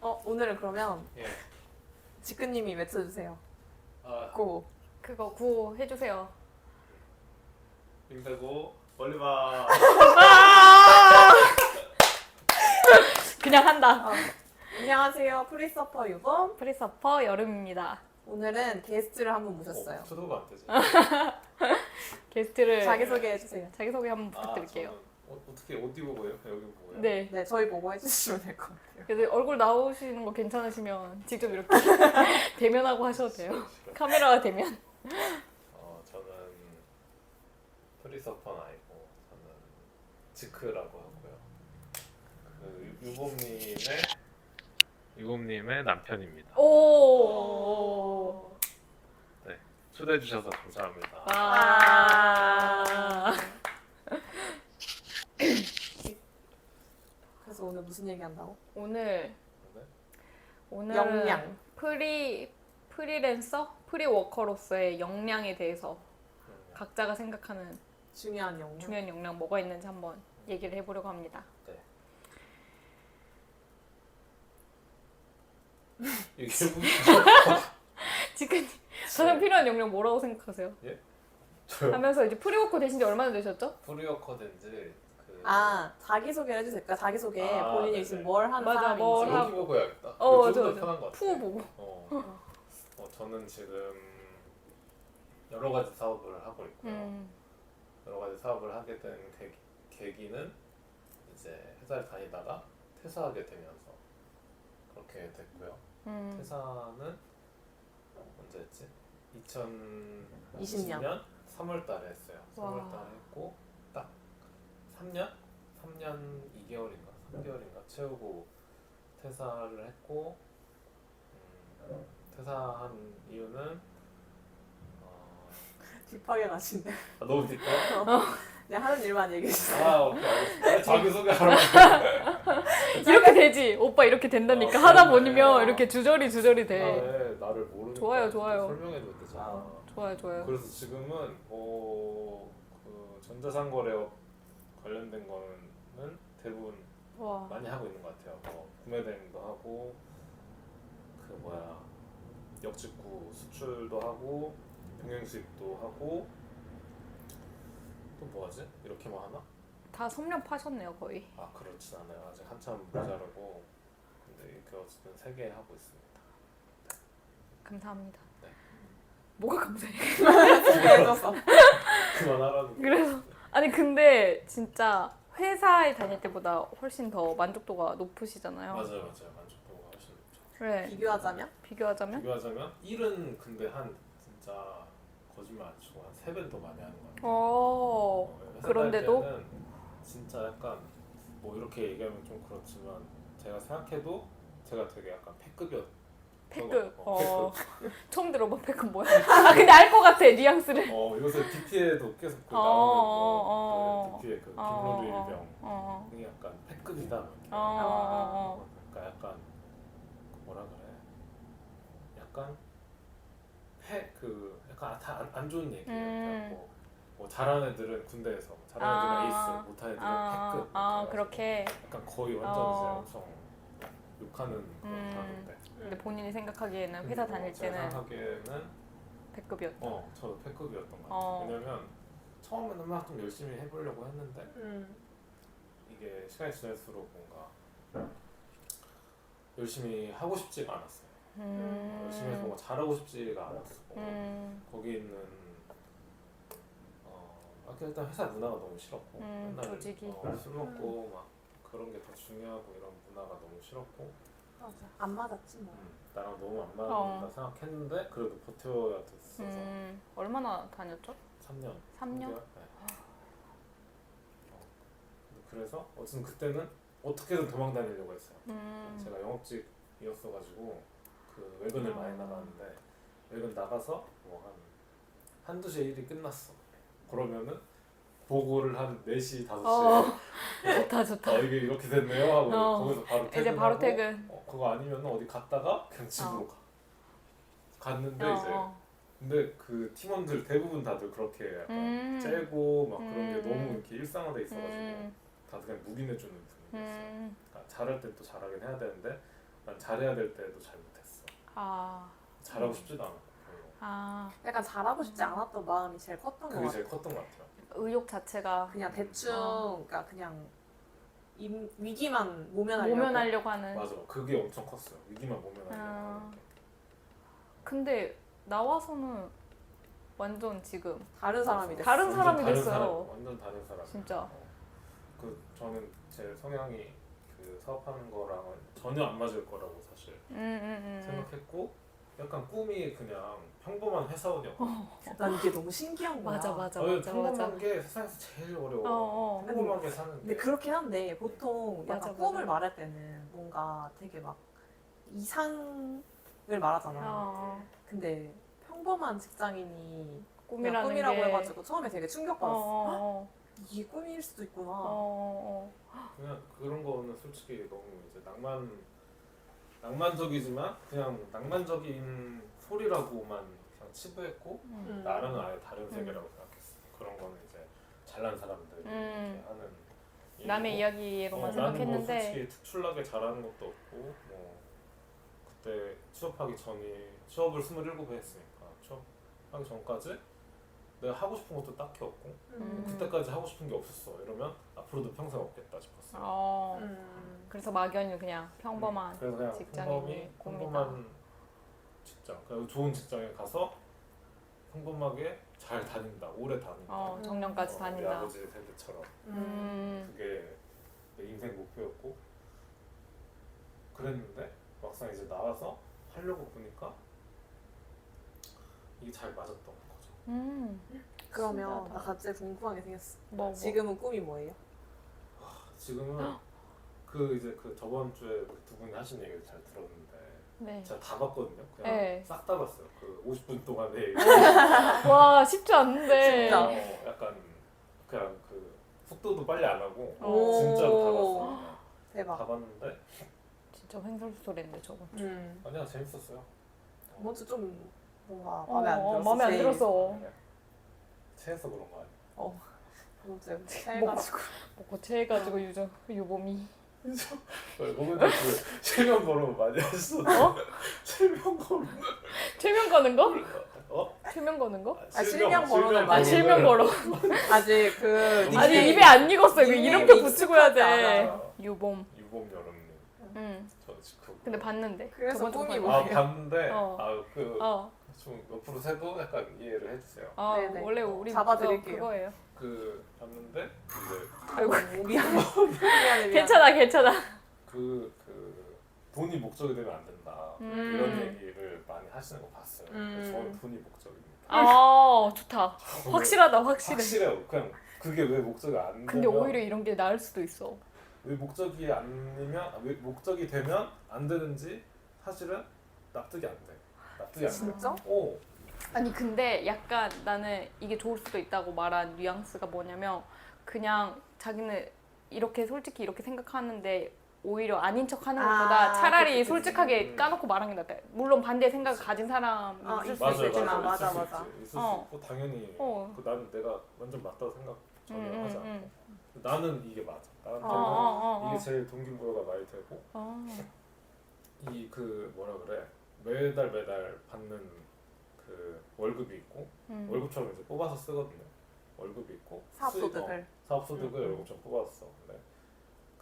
어, 오늘은 그러면 예. 지크님이 외쳐주세요. 아, 고. 그거 구호 해주세요. 빙사고 멀리 봐. 그냥 한다. 안녕하세요. 프리서퍼 유범. 프리서퍼 여름입니다. 오늘은 게스트를 한 분 모셨어요. 어, 저도 같아. 저. 게스트를 자기소개해주세요. 자기소개 한번 아, 부탁드릴게요. 저는 어, 어떻게 어디 보고요? 여기 보고요. 네. 네, 저희 보고 해주시면 될 것 같아요. 그래서 얼굴 나오시는 거 괜찮으시면 직접 이렇게 대면하고 하셔도 돼요. 싫어요. 카메라와 대면. 어, 저는 프리서퍼는 아니고 저는 지크라고 하고요. 그 유- 유범님의 유범님의 남편입니다. 오. 초대해 주셔서 감사합니다. 아. 그래서 오늘 무슨 얘기 한다고? 오늘 네. 오늘 역량. 프리 프리랜서 프리워커로서의 역량에 대해서 음, 각자가 생각하는 중요한 영역. 중요한 역량 뭐가 있는지 한번 얘기를 해보려고 합니다. 이게 결국 지금 가장 필요한 역량 뭐라고 생각하세요? 저요. 하면서 이제 프리워커 되신 지 얼마나 되셨죠? 프리어커든지 그 아, 자기소개를 해주세요. 그러니까 자기소개. 아, 본인이 네네. 지금 뭘 하는 맞아, 사람인지. 뭘 저거 하고. 보고 해야겠다. 어, 이거 좀더 맞아, 맞아. 편한 것 같아. 푸 보고. 어. 어, 저는 지금 여러 가지 사업을 하고 있고요. 음. 여러 가지 사업을 하게 된 계기, 계기는 이제 회사를 다니다가 퇴사하게 되면서 그렇게 됐고요. 음. 퇴사는 언제였지? 2020년 20년 3월달에 했어요. 와. 3월달에 했고 딱 3년, 3년 2개월인가 3개월인가 채우고 퇴사를 했고 음, 퇴사한 이유는 어, 딥하게 가시네. 아, 너무 딥해. 그냥 하는 일만 얘기해주세요. 아 오케이 알겠습니다. 자기 소개하러 이렇게 되지. 오빠 이렇게 된다니까 어, 하다 그러네. 아, 네. 보니면 이렇게 주저리 주저리 돼. 나의 나를 모르니까 네. 좋아요, 좋아요. 설명해도 되잖아. 아. 좋아요, 좋아요. 그래서 지금은 어, 그 전자상거래업 관련된 거는 대부분 와. 많이 하고 있는 것 같아요. 뭐 구매 대행도 하고 그 뭐야 역직구 수출도 하고 경영 수입도 하고 또 뭐하지? 이렇게만 하나? 다 섭렵 파셨네요, 거의. 아 그렇진 않아요. 아직 한참 모자라고 근데 이렇게 어쨌든 세 개 하고 있습니다. 감사합니다. 네. 뭐가 감사해? 네. 소개해줘서. 그만하라는 거. 그래서 아니 근데 진짜 회사에 다닐 때보다 훨씬 더 만족도가 높으시잖아요. 맞아요, 맞아요. 만족도가 훨씬 높죠. 그래. 비교하자면? 비교하자면 비교하자면 일은 근데 한 진짜 거짓말 안 치고 한 세 배는 더 많이 하는 것 같아요. 어. 어, 회사 그런데도? 다닐 때는 진짜 약간 뭐 이렇게 얘기하면 좀 그렇지만 제가 생각해도 제가 되게 약간 패급이었. 패급. 어, 어. 처음 들어봐. 패급 뭐야? 아, 근데 알 것 같아. 뉘앙스를. 어 요새 DP에도 계속 그 어, 어, 나오는 어. 그 DP의 그 어, 어, 김로류 일병. 어. 이게 약간 패급이다. 뭐 이렇게. 어. 어. 어. 어. 그러니까 약간 그 뭐라 그래? 약간 패그 약간 아, 다 안 좋은 얘기예요. 그냥 음. 뭐, 뭐 잘하는 애들은 군대에서 뭐 잘하는 애들은 아. 에이스, 못하는 애들은 아, 패급. 아, 그래가지고 그렇게. 약간 그러니까 거의 완전 어. 이제 엄청 욕하는 그런 음. 단어인데. 근데 본인이 생각하기에는 회사 다닐 때는 생각하기에는 배급이었다. 어 저도 패급이었던 것 같아요. 어. 왜냐면 처음에는 막 좀 열심히 해보려고 했는데 음. 이게 시간이 지날수록 뭔가 열심히 하고 싶지가 않았어요. 열심히 해서 음. 뭔가 잘하고 싶지가 않았어. 음. 거기 있는 어, 아까 일단 회사 문화가 너무 싫었고 음, 맨날 조직이. 어, 술 먹고 막 그런 게 더 중요하고 이런 문화가 너무 싫었고 맞아. 안 맞았지 뭐. 음, 나랑 너무 안 맞는다 어. 생각했는데 그래도 버텨야 됐어서 음. 얼마나 다녔죠? 3년. 3년? 네. 어, 근데 그래서 어쨌든 그때는 어떻게든 도망 다니려고 했어요. 음. 제가 영업직이었어가지고 그 외근을 아. 많이 나갔는데 외근 나가서 뭐 한 한두 시에 일이 끝났어 그러면은 보고를 한 4시, 5시에 어, 어. 좋다, 좋다. 이게 이렇게 됐네요 하고 어. 거기서 바로 퇴근하고 이제 바로 퇴근. 어, 그거 아니면 어디 갔다가 그냥 집으로 어. 가 갔는데 어, 이제 어. 근데 그 팀원들 대부분 다들 그렇게 약간 음. 째고 막 그런 게 음. 너무 이렇게 일상화돼 있어가지고 음. 다들 그냥 묵인해주는 분위기였어요 음. 그러니까 잘할 땐 또 잘하긴 해야 되는데 난 잘해야 될 때도 잘 못했어. 아, 잘하고 싶지도 않고 별로. 아 약간 잘하고 싶지 않았던 마음이 제일 컸던 것 그게 같아요. 제일 컸던 것 같아요. 의욕 자체가 그냥 대충 어. 그러니까 그냥 임, 위기만 모면하려고. 모면하려고 하는. 맞아, 그게 엄청 컸어요. 위기만 보면 음. 아. 안 돼. 근데 나와서는 완전 지금 다른 그 사람이 됐어. 다른 사람이 완전 됐어요. 사람, 완전 다른 사람. 진짜 어. 그 저는 제 성향이 그 사업하는 거랑은 전혀 안 맞을 거라고 사실 음, 음, 생각했고 약간 꿈이 그냥 평범한 어. 회사원이었고 난 이게 너무 신기한 음. 거야. 맞아 맞아 저는 맞아 평범한 맞아. 게 세상에서 제일 어려워. 어, 어. 평범하게 사는 게. 근데 그렇긴 한데 보통 약간 맞아, 맞아. 꿈을 말할 때는 뭔가 되게 막 이상을 말하잖아. 어, 근데 평범한 직장인이 그냥 꿈이라는 꿈이라고 게. 해가지고 처음에 되게 어, 충격받았어. 어, 이게 꿈일 수도 있구나. 어, 어, 그냥 그런 거는 솔직히 너무 이제 낭만 낭만적이지만 그냥 낭만적인 소리라고만 그냥 치부했고 음. 나랑은 아예 다른 세계라고 생각했어. 그런 거는 이제 잘난 사람들이 음. 이렇게 하는 일이고. 남의 이야기로만 어, 나는 뭐 생각했는데 솔직히 특출나게 잘하는 것도 없고 뭐 그때 취업하기 전이 취업을 27에 했으니까 취업하기 전까지 내가 하고 싶은 것도 딱히 없고 음. 그때까지 하고 싶은 게 없었어 이러면 앞으로도 평생 없겠다 싶었어 어, 음. 그래서 막연히 그냥 평범한 음. 그래서 그냥 직장인이 평범히 꿈이다. 평범한 직장 그리고 좋은 직장에 가서 평범하게 잘 다닌다 오래 다닌다 어, 음. 정년까지 어, 우리 다닌다. 아버지 세대처럼 음. 음, 그게 내 인생 목표였고 그랬는데 막상 이제 나와서 하려고 보니까 이게 잘 맞았던 거죠. 음, 그러면 신기하다. 나 갑자기 궁금한 게 생겼어. 뭐, 뭐. 지금은 꿈이 뭐예요? 어. 지금은 그 이제 그 저번 주에 그두 분이 하신 얘기를 잘 들었는데 네. 제가 다 봤거든요. 그냥 네. 어, 싹 다 봤어요. 그 50분 동안에 얘기. 와, 쉽지 않은데. 쉽다. 어, 약간 그냥 그 속도도 빨리 안 하고 오. 진짜로 다 봤어요. 그냥. 다 대박. 봤는데 진짜 횡설수설인데 저거. 음. 아니야 재밌었어요. 어. 먼저 좀 뭔가 마음에 안 어, 들었어. 마음에 안 제일. 들었어. 그냥 체해서 네. 그런 거 아니야? 먼저 해가지고. 뭐 고체해가지고 유저 유봄이. 모근데 그 실명 거론 많이 하셨어. 어? 실명 거론. 최면 거는 거? 어? 최면 거는 거? 아, 실명 거론을 아, 많이 실명 거로. 아직 그 닉네임. 아니, 입에 안 익었어요. 그 닉네임이 이름표 붙이고 해야 익숙하지 돼. 않아요. 유봄. 유봄 여름님. 음. 저 지금. 네. 근데 봤는데. 그래서 저번 꿈이 주에 뭐- 아 뭐예요? 봤는데 어. 아그좀 어. 옆으로 세도 약간 이해를 해주세요. 어, 네네. 원래 우리 잡아드릴게요. 그거, 그거예요. 그 봤는데 이제 아이고. 미안해. 미안해. 미안해. 괜찮아, 괜찮아. 그 그 돈이 목적이 되면 안 된다 음. 이런 얘기를 많이 하시는 거 봤어요. 음. 저는 돈이 목적입니다. 아, 좋다. 확실하다, 확실해. 확실해요. 그냥 그게 왜 목적이 안 근데 되면 오히려 이런 게 나을 수도 있어. 왜 목적이 아니면 아, 왜 목적이 되면 안 되는지 사실은 납득이 안 돼. 납득이 안 돼. 어. 진짜? 오. 아니 근데 약간 나는 이게 좋을 수도 있다고 말한 뉘앙스가 뭐냐면 그냥 자기는 이렇게 솔직히 이렇게 생각하는데 오히려 아닌 척 하는 아, 것보다 그치, 차라리 그치. 솔직하게 음. 까놓고 말하는 게 낫다. 물론 반대 생각을 가진 사람이 아, 있을 수 맞아요, 맞아 있겠지만. 맞아 맞아요. 맞아, 있을 맞아. 수 있지. 있을 수 어. 있고 당연히 어. 그 나는 내가 완전 맞다고 생각 음, 전혀 음, 하지 않아. 음. 나는 이게 맞아. 나한테는 어, 어, 어, 어. 이게 제일 동기부여가 많이 되고 어. 이 그 뭐라 그래 매달 매달 받는 그 월급이 있고 음. 월급처럼 이제 뽑아서 쓰거든요. 월급이 있고 수익- 어, 사업소득을. 사업소득을 음. 엄청 뽑았어. 근데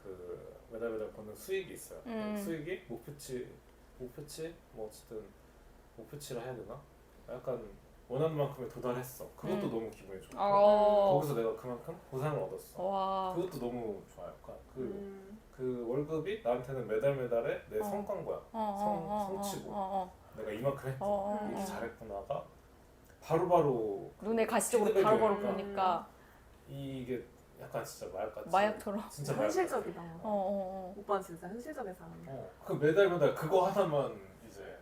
그 매달 매달 버는 수익이 있어요. 그 음. 수익이 목표치 목표치 뭐 어쨌든 목표치라 해야 되나? 약간 원하는 만큼에 도달했어. 그것도 음. 너무 기분이 좋고 어. 거기서 내가 그만큼 보상을 얻었어. 와. 그것도 너무 좋아요. 그러니까 그, 음. 그 월급이 나한테는 매달 매달에 내 어. 성과인 거야. 어, 어, 성- 어, 어, 성취고. 어, 어. 내가 이만큼 했 어, 어, 이렇게 어. 잘했구나가 바로바로 눈에 가시적으로 피드백이 바로바로 오니까 보니까 이게 약간 진짜 마약같이 마약처럼. 진짜 마약같이. 현실적이다. 어, 어, 어. 오빠는 진짜 현실적인 사람이야. 어, 그 매달 매달 그거 하나만 이제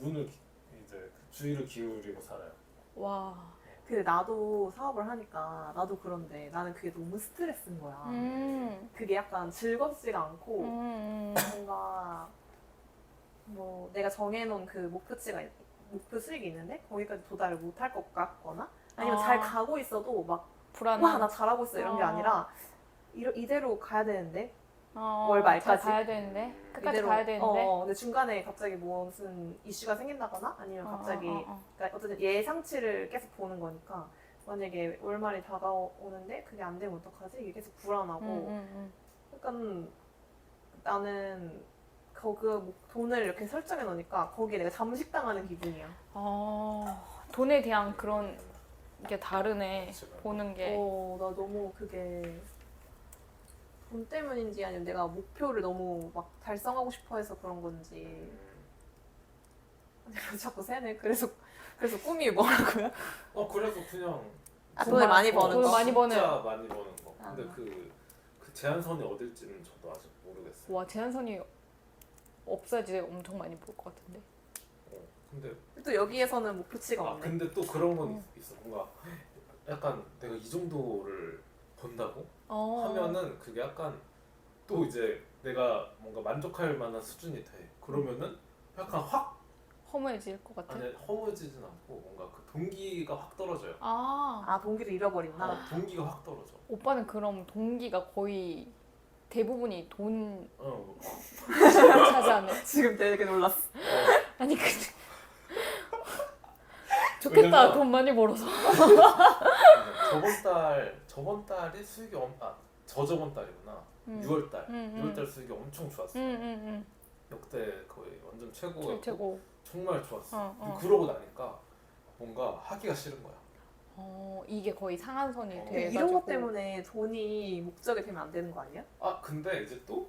눈을 기- 이제 주의를 기울이고 살아요. 와. 근데 나도 사업을 하니까 나도 그런데 나는 그게 너무 스트레스인 거야. 음. 그게 약간 즐겁지가 않고 음. 뭔가 뭐 내가 정해놓은 그 목표치가 있- 목표 수익이 있는데 거기까지 도달을 못할 것 같거나 아니면 아. 잘 가고 있어도 막 와 불안한. 나 잘하고 있어 이런 게 아. 아니라 이러, 이대로 가야 되는데 어, 월 말까지? 잘 봐야 되는데 끝까지 이대로- 봐야 되는데 어, 어, 근데 중간에 갑자기 무슨 이슈가 생긴다거나 아니면 갑자기 어, 어, 어. 그러니까 어쨌든 예상치를 계속 보는 거니까 만약에 월말이 다가오는데 그게 안 되면 어떡하지? 이게 계속 불안하고 음, 음, 약간 나는 거기 뭐 돈을 이렇게 설정해 놓으니까 거기에 내가 잠식당하는 기분이야. 음. 어, 돈에 대한 네, 그런 게 다르네 지금. 보는 게 어, 나 너무 그게 돈 때문인지 아니면 내가 목표를 너무 막 달성하고 싶어 해서 그런 건지 음. 자꾸 새네. 그래서 그래서 꿈이 뭐라고요? 어 그래서 그냥 아, 돈을 많이 버는 거. 거? 많이 버는. 진짜 많이 버는 거. 근데 아. 그, 그 제한선이 어딜지는 저도 아직 모르겠어요. 와 제한선이 없어야지 엄청 많이 볼 것 같은데 어, 근데 또 여기에서는 목표치가 아 없네. 근데 또 그런 건 음. 있어. 뭔가 약간 내가 이 정도를 본다고 어. 하면은 그게 약간 또 이제 내가 뭔가 만족할 만한 수준이 돼. 그러면은 약간 확 허무해질 것 같아 아니 네. 허무해지진 않고 뭔가 그 동기가 확 떨어져요. 아, 아 동기를 잃어버린다. 어, 동기가 확 떨어져. 오빠는 그럼 동기가 거의 대부분이 돈 어, 뭐, 차지하네 지금 되게 놀랐어. 어, 아니 근데 좋겠다 왜냐면- 돈 많이 벌어서 저번 달 저번 달에 수익이 엄, 아, 저 저번 달이구나. 음. 6월 달. 음, 음. 6월 달 수익이 엄청 좋았어. 응응응 음, 역대 거의 완전 음, 음. 최고였고 최고 정말 좋았어. 어, 근데 어. 그러고 나니까 뭔가 하기가 싫은 거야. 어 이게 거의 상한선이 어. 돼가지고 이런 것 때문에 돈이 목적이 되면 안 되는 거 아니야? 아 근데 이제 또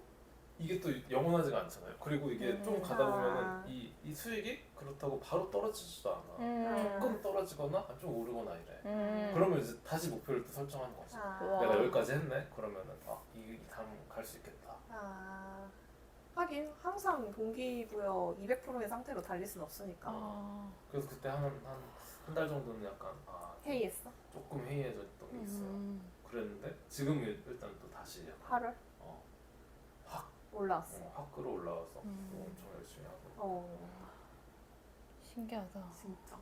이게 또 영원하지가 않잖아요. 그리고 이게 음. 좀 가다 아. 보면은 이, 이 수익이 그렇다고 바로 떨어지지도 않아. 음. 조금 떨어지거나 좀 오르거나 이래. 음. 그러면 이제 다시 목표를 또 설정하는 거지. 아. 와. 내가 여기까지 했네. 그러면은 아이 다음 갈 수 있겠다. 아, 하긴 항상 동기부여 200%의 상태로 달릴 수는 없으니까. 아. 그래서 그때 한한한 달 정도는 약간 아 회의했어? 조금 해이해졌던 게 있어. 요 음. 그랬는데 지금 일단 또 다시 약간 8월 어, 올라왔어. 어, 확 끌어올라와서 음. 또 엄청 열심히 하고. 어, 신기하다 진짜.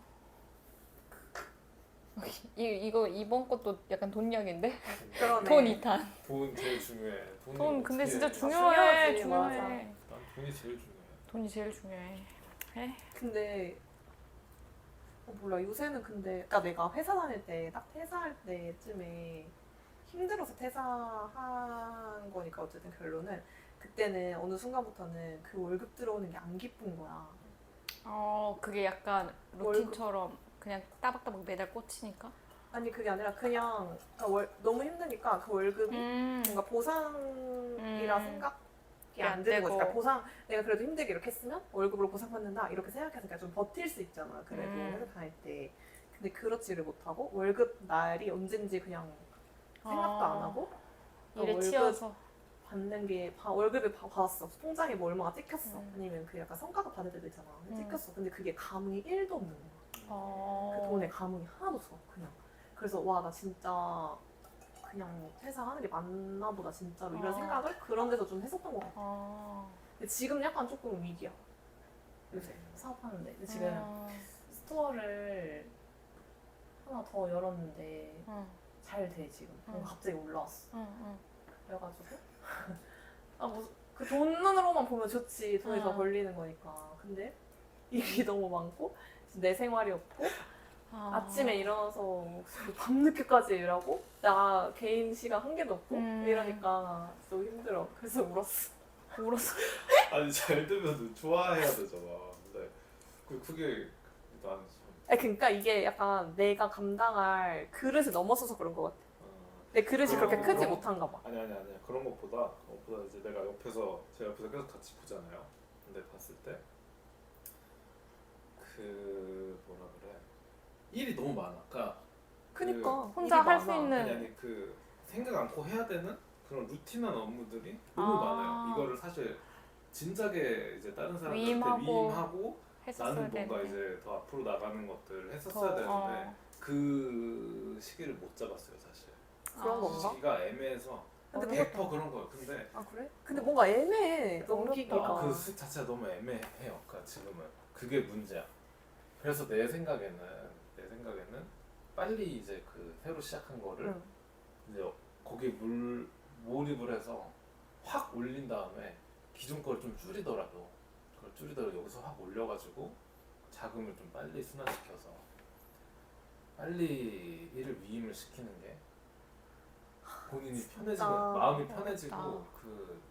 이, 이거 이번 것도 약간 돈 이야기인데 아, 그러네. 돈 이탄 돈 제일 중요해. 돈이 돈 근데 어떻게 해. 진짜 아, 중요해 중요하지, 중요해 난 돈이 제일 중요해. 돈이 제일 중요해 근데 어, 몰라 요새는 근데 그러니까 내가 회사 다닐 때 딱 퇴사할 때쯤에 힘들어서 퇴사한 거니까 어쨌든 결론은 그때는 어느 순간부터는 그 월급 들어오는 게 안 기쁜 거야. 어 그게 약간 월급. 루틴처럼 그냥 따박따박 매달 꽂히니까 아니 그게 아니라 그냥 그러니까 월, 너무 힘드니까 그 월급이 음. 뭔가 보상이라 음. 생각이 그게 안 안 드는 되고. 거지. 그러니까 보상 내가 그래도 힘들게 이렇게 했으면 월급으로 보상받는다 이렇게 생각해서 그냥 좀 버틸 수 있잖아. 그래도 음. 회사 다닐 때. 근데 그렇지를 못하고 월급 날이 언젠지 그냥 생각도 안 하고 아, 아, 일에 월급 그 치여서 받는 게 바- 월급을 바- 받았어. 통장에 뭐 얼마가 찍혔어. 음. 아니면 그 약간 성과급 받을 때도 있잖아. 음. 찍혔어. 근데 그게 감흥이 1도 없는 거야. 어. 그 돈에 감흥이 하나도 없어 그냥 그래서 와 나 진짜 그냥 퇴사하는 게 맞나 보다 진짜로 이런 어. 생각을 그런 데서 좀 했었던 것 같아 어. 근데 지금 약간 조금 위기야 요새 사업하는데 근데 지금 어. 스토어를 하나 더 열었는데 어. 잘 돼 지금 뭔가 음. 갑자기 올라왔어 응, 응. 그래가지고 아 무슨 그 돈으로만 보면 좋지 돈이 어. 더 벌리는 거니까 근데 일이 너무 많고 내 생활이 없고 아. 아침에 일어나서 밤늦게까지 일하고 나 개인 시간 한 개도 없고 음. 이러니까 너무 힘들어 그래서 울었어 울었어. 아니 잘 되면 좋아해야 되잖아. 근데 그 그게 난 좀, 아 그러니까 이게 약간 내가 감당할 그릇을 넘어서서 그런 것 같아 어, 내 그릇이 그렇게 어. 크지 못한가 봐 아니 아니 아니 그런 것보다 그것보다 이제 내가 옆에서 제 옆에서 계속 같이 보잖아요. 근데 봤을 때 그 뭐라 그래 일이 너무 많아. 그러니까 그니까 혼자 일이 할수 많아. 있는- 아니 아니 그 생각 않고 해야 되는 그런 루틴한 업무들이 너무 아. 많아요. 이거를 사실 진작에 이제 다른 사람한테 위임하고 위임하고 했었어야 나는 되는데. 뭔가 이제 더 앞으로 나가는 것들을 더, 했었어야 되는데 어. 그 시기를 못 잡았어요 사실 그런 아. 건가? 시기가 애매해서 근데 어려워. 100% 그런 거예요 근데 아 그래? 근데 뭔가 애매해 어렵다. 넘기기가 아, 그 수익 자체가 너무 애매해요 그러니까 지금은 그게 문제야 그래서 내 생각에는 내 생각에는 빨리 이제 그 새로 시작한 거를 응. 이제 거기 물 몰입을 해서 확 올린 다음에 기존 걸 좀 줄이더라도 그걸 줄이더라도 여기서 확 올려가지고 자금을 좀 빨리 순환시켜서 빨리 일을 위임을 시키는 게 본인이 편해지고 마음이 어렵다. 편해지고 그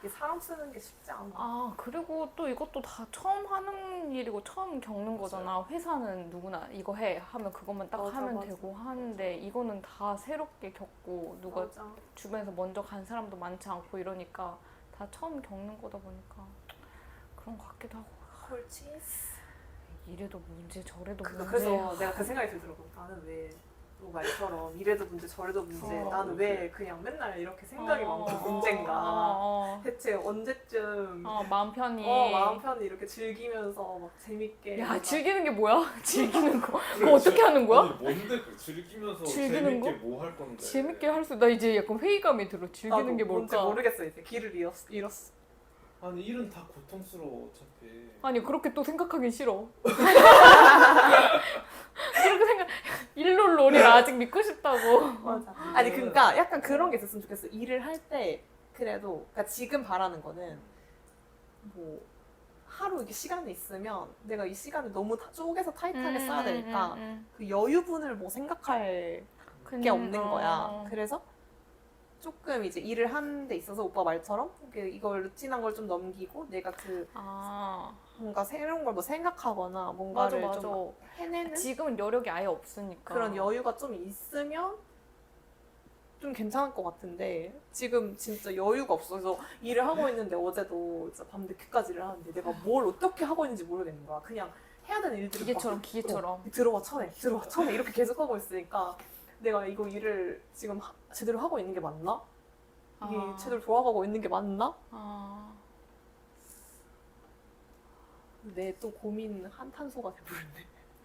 이게 사람 쓰는 게 쉽지 않아. 아 그리고 또 이것도 다 처음 하는 일이고 처음 겪는 거잖아. 회사는 누구나 이거 해 하면 그것만 딱 맞아, 하면 맞아. 되고 하는데 이거는 다 새롭게 겪고 누가 맞아. 주변에서 먼저 간 사람도 많지 않고 이러니까 다 처음 겪는 거다 보니까 그런 것 같기도 하고 콜치스. 이래도 문제 저래도 그, 문제 그래서 내가 그 생각이 들더라고. 나는 왜. 너 말처럼 이래도 문제 저래도 문제 어. 나는 왜 그냥 맨날 이렇게 생각이 많고 문제인가 어, 어. 대체 언제쯤 어, 마음 편히 어, 마음 편히 이렇게 즐기면서 막 재밌게 야 뭔가 즐기는 게 뭐야? 즐기는 거 그거 어떻게 하는 거야? 아니 뭔데 그 즐기면서 즐기는 재밌게 뭐 할 건데 재밌게 할 수 나 이제 약간 회의감이 들어 즐기는 나도 게 뭔지 뭘까? 모르겠어 이제 길을 잃었, 잃었어 아니 일은 다 고통스러워 어차피 아니 그렇게 또 생각하긴 싫어. 그렇게 생각 일롤롤이 아직 믿고 싶다고. 맞아 아니 그러니까 약간 그런 게 있었으면 좋겠어 일을 할 때 그래도 그러니까 지금 바라는 거는 뭐 하루 이렇게 시간이 있으면 내가 이 시간을 너무 타- 쪼개서 타이트하게 음, 써야 되니까 그 여유분을 뭐 생각할 게 음, 없는 어. 거야 그래서 조금 이제 일을 하는 데 있어서 오빠 말처럼 이렇게 이걸 루틴한 걸 좀 넘기고 내가 그 아 뭔가 새로운 걸 뭐 생각하거나 맞아 뭔가를 맞아. 좀 해내는 지금은 여력이 아예 없으니까. 그런 여유가 좀 있으면 좀 괜찮을 것 같은데 지금 진짜 여유가 없어서 일을 하고 있는데 어제도 진짜 밤 늦게까지 일을 하는데 내가 뭘 어떻게 하고 있는지 모르겠는 거야. 그냥 해야 되는 일들이 기계처럼 막 기계처럼. 어, 들어와 쳐내 들어와 쳐내 이렇게 계속 하고 있으니까 내가 이거 일을 지금 하- 제대로 하고 있는 게 맞나? 이게 아. 제대로 돌아가고 있는 게 맞나? 아 내 또 고민 한탄소가 돼버렸네.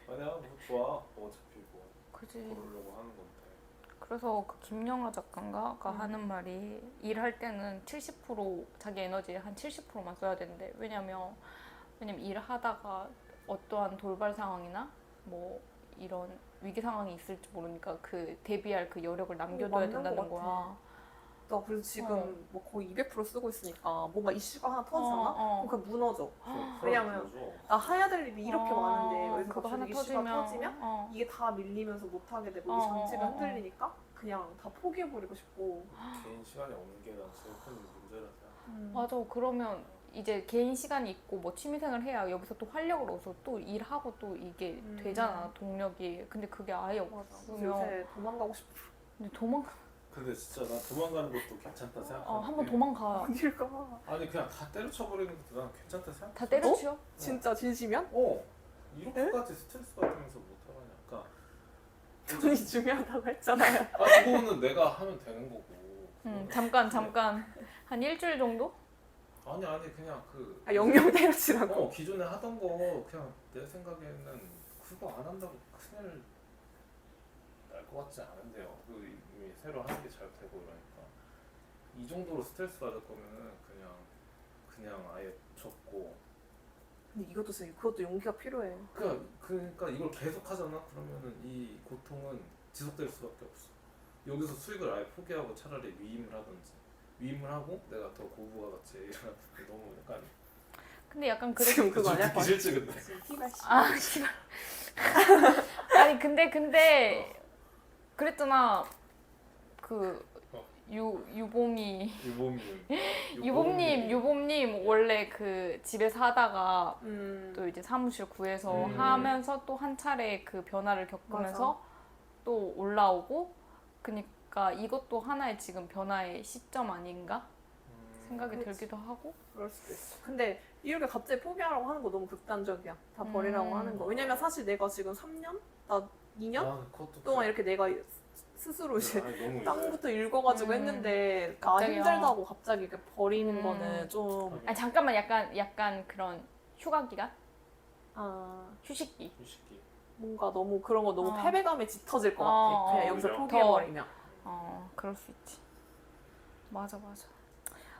아니야 뭐 좋아 어차피 뭐 그지. 그러려고 하는 건데 그래서 그 김영하 작가가 음. 하는 말이 일할 때는 70% 자기 에너지의 한 70%만 써야 되는데 왜냐면 왜냐면 일하다가 어떠한 돌발 상황이나 뭐 이런 위기 상황이 있을지 모르니까 그 대비할 그 여력을 남겨둬야 맞는 것 된다는 같아. 거야. 나 그래서 지금 어. 뭐 거의 200% 쓰고 있으니까 뭔가 이슈가 하나 터지잖아? 어, 그럼 그냥 무너져. 그럼 왜냐면- 그러죠. 나 해야 될 아, 일이 이렇게 어, 많은데 여기서 그거 하나 이슈가 터지면, 터지면 어. 이게 다 밀리면서 못하게 되고 어, 이 전체가 어, 어, 어. 흔들리니까 그냥 다 포기해버리고 싶고 개인 시간이 없는 게난 제일 큰 문제라서 생각해. 맞아. 그러면 이제 개인 시간이 있고 뭐 취미생활 해야 여기서 또 활력을 얻어서 또 일하고 또 이게 음. 되잖아 동력이. 근데 그게 아예 맞아. 그래서 없으면 요새 도망가고 싶어 근데 도망 근데 진짜 나 도망가는 것도 괜찮다 생각하는데 어, 한번 도망가. 어딜까 아니 그냥 다 때려쳐버리는 것도 난 괜찮다 생각해 다 때려치워. 진짜 진심이야? 어 이렇게까지 스트레스 받으면서 못하라니까 돈이 중요하다고 했잖아요 아 그거는 내가 하면 되는 거고 음, 그거는- 잠깐 잠깐 한 일주일 정도? 아니 아니 그냥 그 아, 영영 때려치라고 어 기존에 하던 거 그냥 내 생각에는 그거 안 한다고 큰일 날 것 같지 않은데요. 그 이미 새로 하는 게 잘 되고 그러니까 이 정도로 스트레스 받을 거면은 그냥 그냥 아예 접고 근데 이것도 진짜 그것도 용기가 필요해 아, 그러니까 그러니까 이걸 계속 하잖아 그러면은 이 고통은 지속될 수밖에 없어. 여기서 수익을 아예 포기하고 차라리 위임을 하든지 위임을 하고 내가 더 고부가 같이 일하는 게 너무 약간 근데 약간 그래. 지금 그거 아니야? 듣기 싫지 근데. 지금 티가 씨 아 씨발. 아니 근데 네. 어. 근데 그랬잖아. 그 유, 유봄이 유범님. 유봄님 유봄님 원래 그 집에서 하다가 음, 또 이제 사무실 구해서 음. 하면서 또 한 차례 그 변화를 겪으면서 또 올라오고 그러니까 이것도 하나의 지금 변화의 시점 아닌가 음. 아, 생각이 그렇지. 들기도 하고 그럴 수도 있어 근데 이렇게 갑자기 포기하라고 하는 거 너무 극단적이야 다 버리라고 음. 하는 거 왜냐면 사실 내가 지금 3년? 나 2년? 아, 그것도 동안 이렇게 내가 스스로 이제 아니, 너무 이제 땅부터 읽어가지고 음. 했는데 나 갑자기요. 힘들다고 갑자기 이렇게 버리는 음. 거는 좀 아 잠깐만 약간 약간 그런 휴가 기간 아, 휴식기 이 새끼. 뭔가 너무 그런 거 너무 어. 패배감에 짙어질 것 같아. 어, 그냥 어, 여기서 오히려. 포기해버리면. 어 그럴 수 있지 맞아 맞아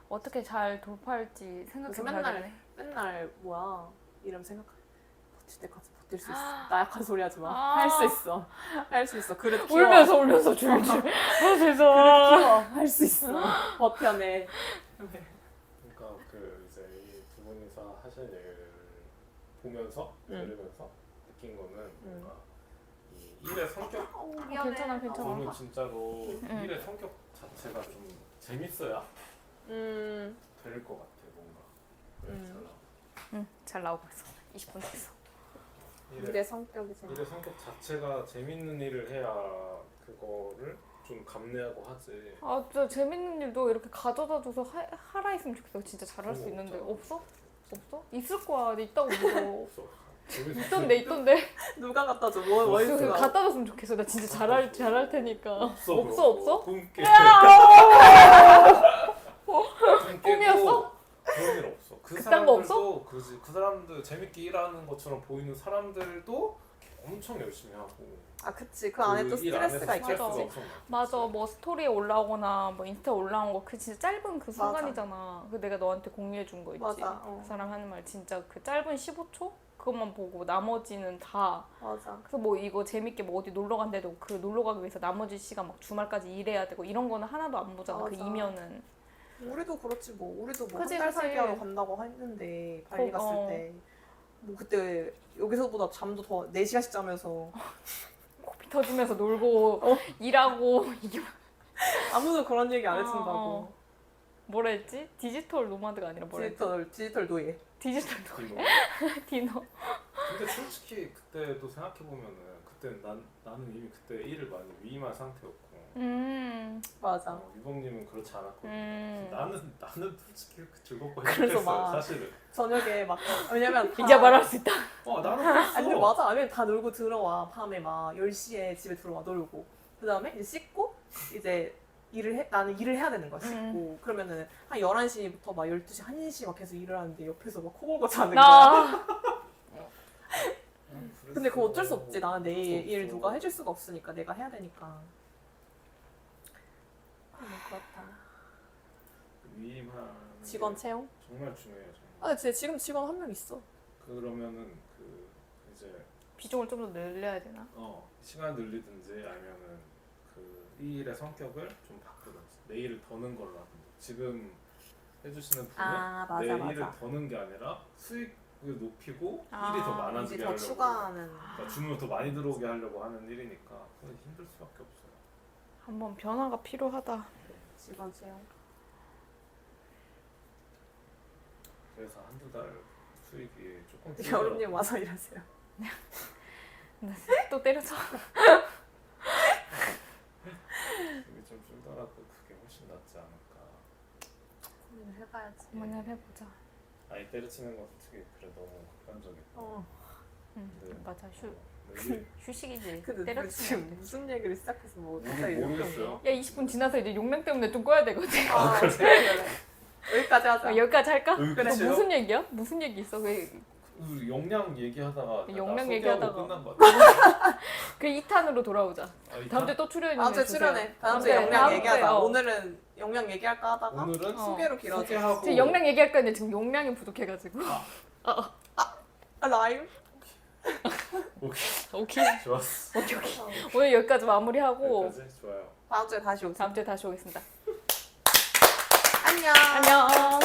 어떻게 잘 돌파할지 그래서 생각해 맨날 봐야겠네 맨날 뭐야 이름 생각 버틸 때까지 버틸 버틸 수 있어. 나 약한 소리 하지 마. 아. 할 수 있어. 할 수 있어. 그릇 키워. 울면서 울면서 줄줄. 아 그릇 죄송. 키워. 할 수 있어. 버텨내. 음. 그러니까 그 이제 이 두 분이서 하신 얘기를 보면서 음. 들으면서 느낀 거는 음. 뭔가 이 일의 성격 미안해. 괜찮아, 괜찮아. 저는 진짜로 어, 음. 일의 성격 자체가 좀 재밌어야 음. 될 것 같아 뭔가 그래서 음. 응잘 나오고 있어. 20분 됐어. 일의, 내 성격이 재밌어. 일의 성격 자체가 재밌는 일을 해야 그거를 좀 감내하고 하지 아 진짜 재밌는 일도 이렇게 가져다줘서 하, 하라 했으면 좋겠어. 진짜 잘할 수 그런 거 있는데 없잖아. 없어? 없어? 있을 거야. 있다고 믿어. 없어 재밌어. 있던데 있던데. 누가 갖다 줘? 뭐, 뭐 그래서 있어? 갖다 줬으면 좋겠어. 나 진짜 잘할 잘할 테니까. 없어 없어, 그런 없어? 거. 꿈 깨. 꿈 깨고 꿈이었어? 그런 일 없어. 그 그딴 거 없어? 사람들도 그지 그 사람들 재밌게 일하는 것처럼 보이는 사람들도 엄청 열심히 하고 아 그치 그 안에 또 그일 안에서 스트레스가 스트레스가 있겠지. 맞아. 엄청 많아. 맞아. 뭐 스토리에 올라오거나 뭐 인스타 올라온 거 그 진짜 짧은 그 맞아. 순간이잖아. 그 내가 너한테 공유해 준 거 있지. 맞아, 어. 그 사람 하는 말 진짜 그 짧은 15초 그것만 보고 나머지는 다 맞아. 그래서 뭐 이거 재밌게 뭐 어디 놀러 간대도 그 놀러 가기 위해서 나머지 시간 막 주말까지 일해야 되고 이런 거는 하나도 안 보잖아 그 맞아. 이면은 우리도 그렇지 뭐 우리도 뭐 그치, 한달 그치. 살기 하러 간다고 했는데 발리 어, 갔을 어. 때 뭐 그때 여기서보다 잠도 더4 시간씩 자면서 코피 터지면서 놀고 어. 일하고 이게 아무도 그런 얘기 안 해준다고. 어, 어. 뭐라 했지 디지털 노마드가 아니라 뭐라 했지 디지털 디지털 노예. 디지털 그리고 디너 근데 솔직히 그때도 생각해 보면은 그때 난 나는 이미 그때 일을 많이 위임한 상태였고 음, 맞아. 어, 유범님은 그렇지 않았고 음. 나는 나는 솔직히 그렇게 즐겁고 그래서 행복했어요 막- 사실은. 저녁에 막 왜냐면 아, 다- 이제 말할 수 있다 어 나는 그랬어. 아니 근데 맞아 아니면 다 놀고 들어와 밤에 막 10시에 집에 들어와 놀고 그 다음에 이제 씻고 이제 일을 해 나는 일을 해야 되는 거야 씻고 그러면은 한 11시부터 막 12시 1시 막 계속 일을 하는데 옆에서 막 코골고 자는 거야 나 근데 그거 어쩔 수 없지 나는 내 어쩔 수 일 없어. 누가 해줄 수가 없으니까 내가 해야 되니까 음, 그렇다 위임한 직원 게 채용? 그 정말 중요해요. 정말. 네. 아 근데 쟤 지금 직원 한 명 있어 그러면은 그 이제 비중을 좀 더 늘려야 되나 어 시간 늘리든지 아니면은 그 이 일의 성격을 좀 바꾸든지 내 일을 더는 걸로 하든지 지금 해주시는 분은 아 네? 내 일을 더는 게 아니라 수익을 높이고 아, 일이 더 이제 많아지게 더 하려고 추가하는 그러니까 주문 더 많이 들어오게 하려고 하는 일이니까 그건 힘들 수밖에 없어요. 한번 변화가 필요하다 직원 채용 그래서 한두 달 수익이 조금 여름님 와서 일하세요 네. 또 때려서 이게 좀 줄더라도 그게 훨씬 낫지 않을까. 고민을 음, 해봐야지 고민을 해보자 아이 때려치는 건 솔직히 그래 너무 극단적이고. 어 음, 네. 맞아 휴 근데 그 이게 휴식이지 근데 우리 때려치면 지금 무슨 얘기를 시작해서 뭐 진짜 뭔지 이렇게 모르겠어요. 야 20분 지나서 이제 용량 때문에 좀 꺼야 되거든 아, 그래. 여기까지 하자. 아, 여기까지 할까? 여기 그 끝이에요? 무슨 얘기야? 무슨 얘기 있어? 그, 우리 영양 얘기하다가 나 영양 소개하고 얘기하다가. 끝난 것 같아. 그 2탄으로 돌아오자. 아, 이 다음 주에 또 출연해 다음 주에 주세요. 출연해. 다음 네, 주에 다음 영양 주에, 얘기하자. 어. 오늘은 영양 얘기할까 하다가 오늘은 어. 소개로 길어져. 소개하고 지금 용량 얘기할 건데 지금 용량이 부족해가지고. 아, 라이브? 오케이 오케이. 좋았어. 오케이 오케이. 오늘 여기까지 마무리하고 여기까지 좋아요. 다음 주에 다시 오자. 다음 주에 다시 오겠습니다. 안녕. 안녕.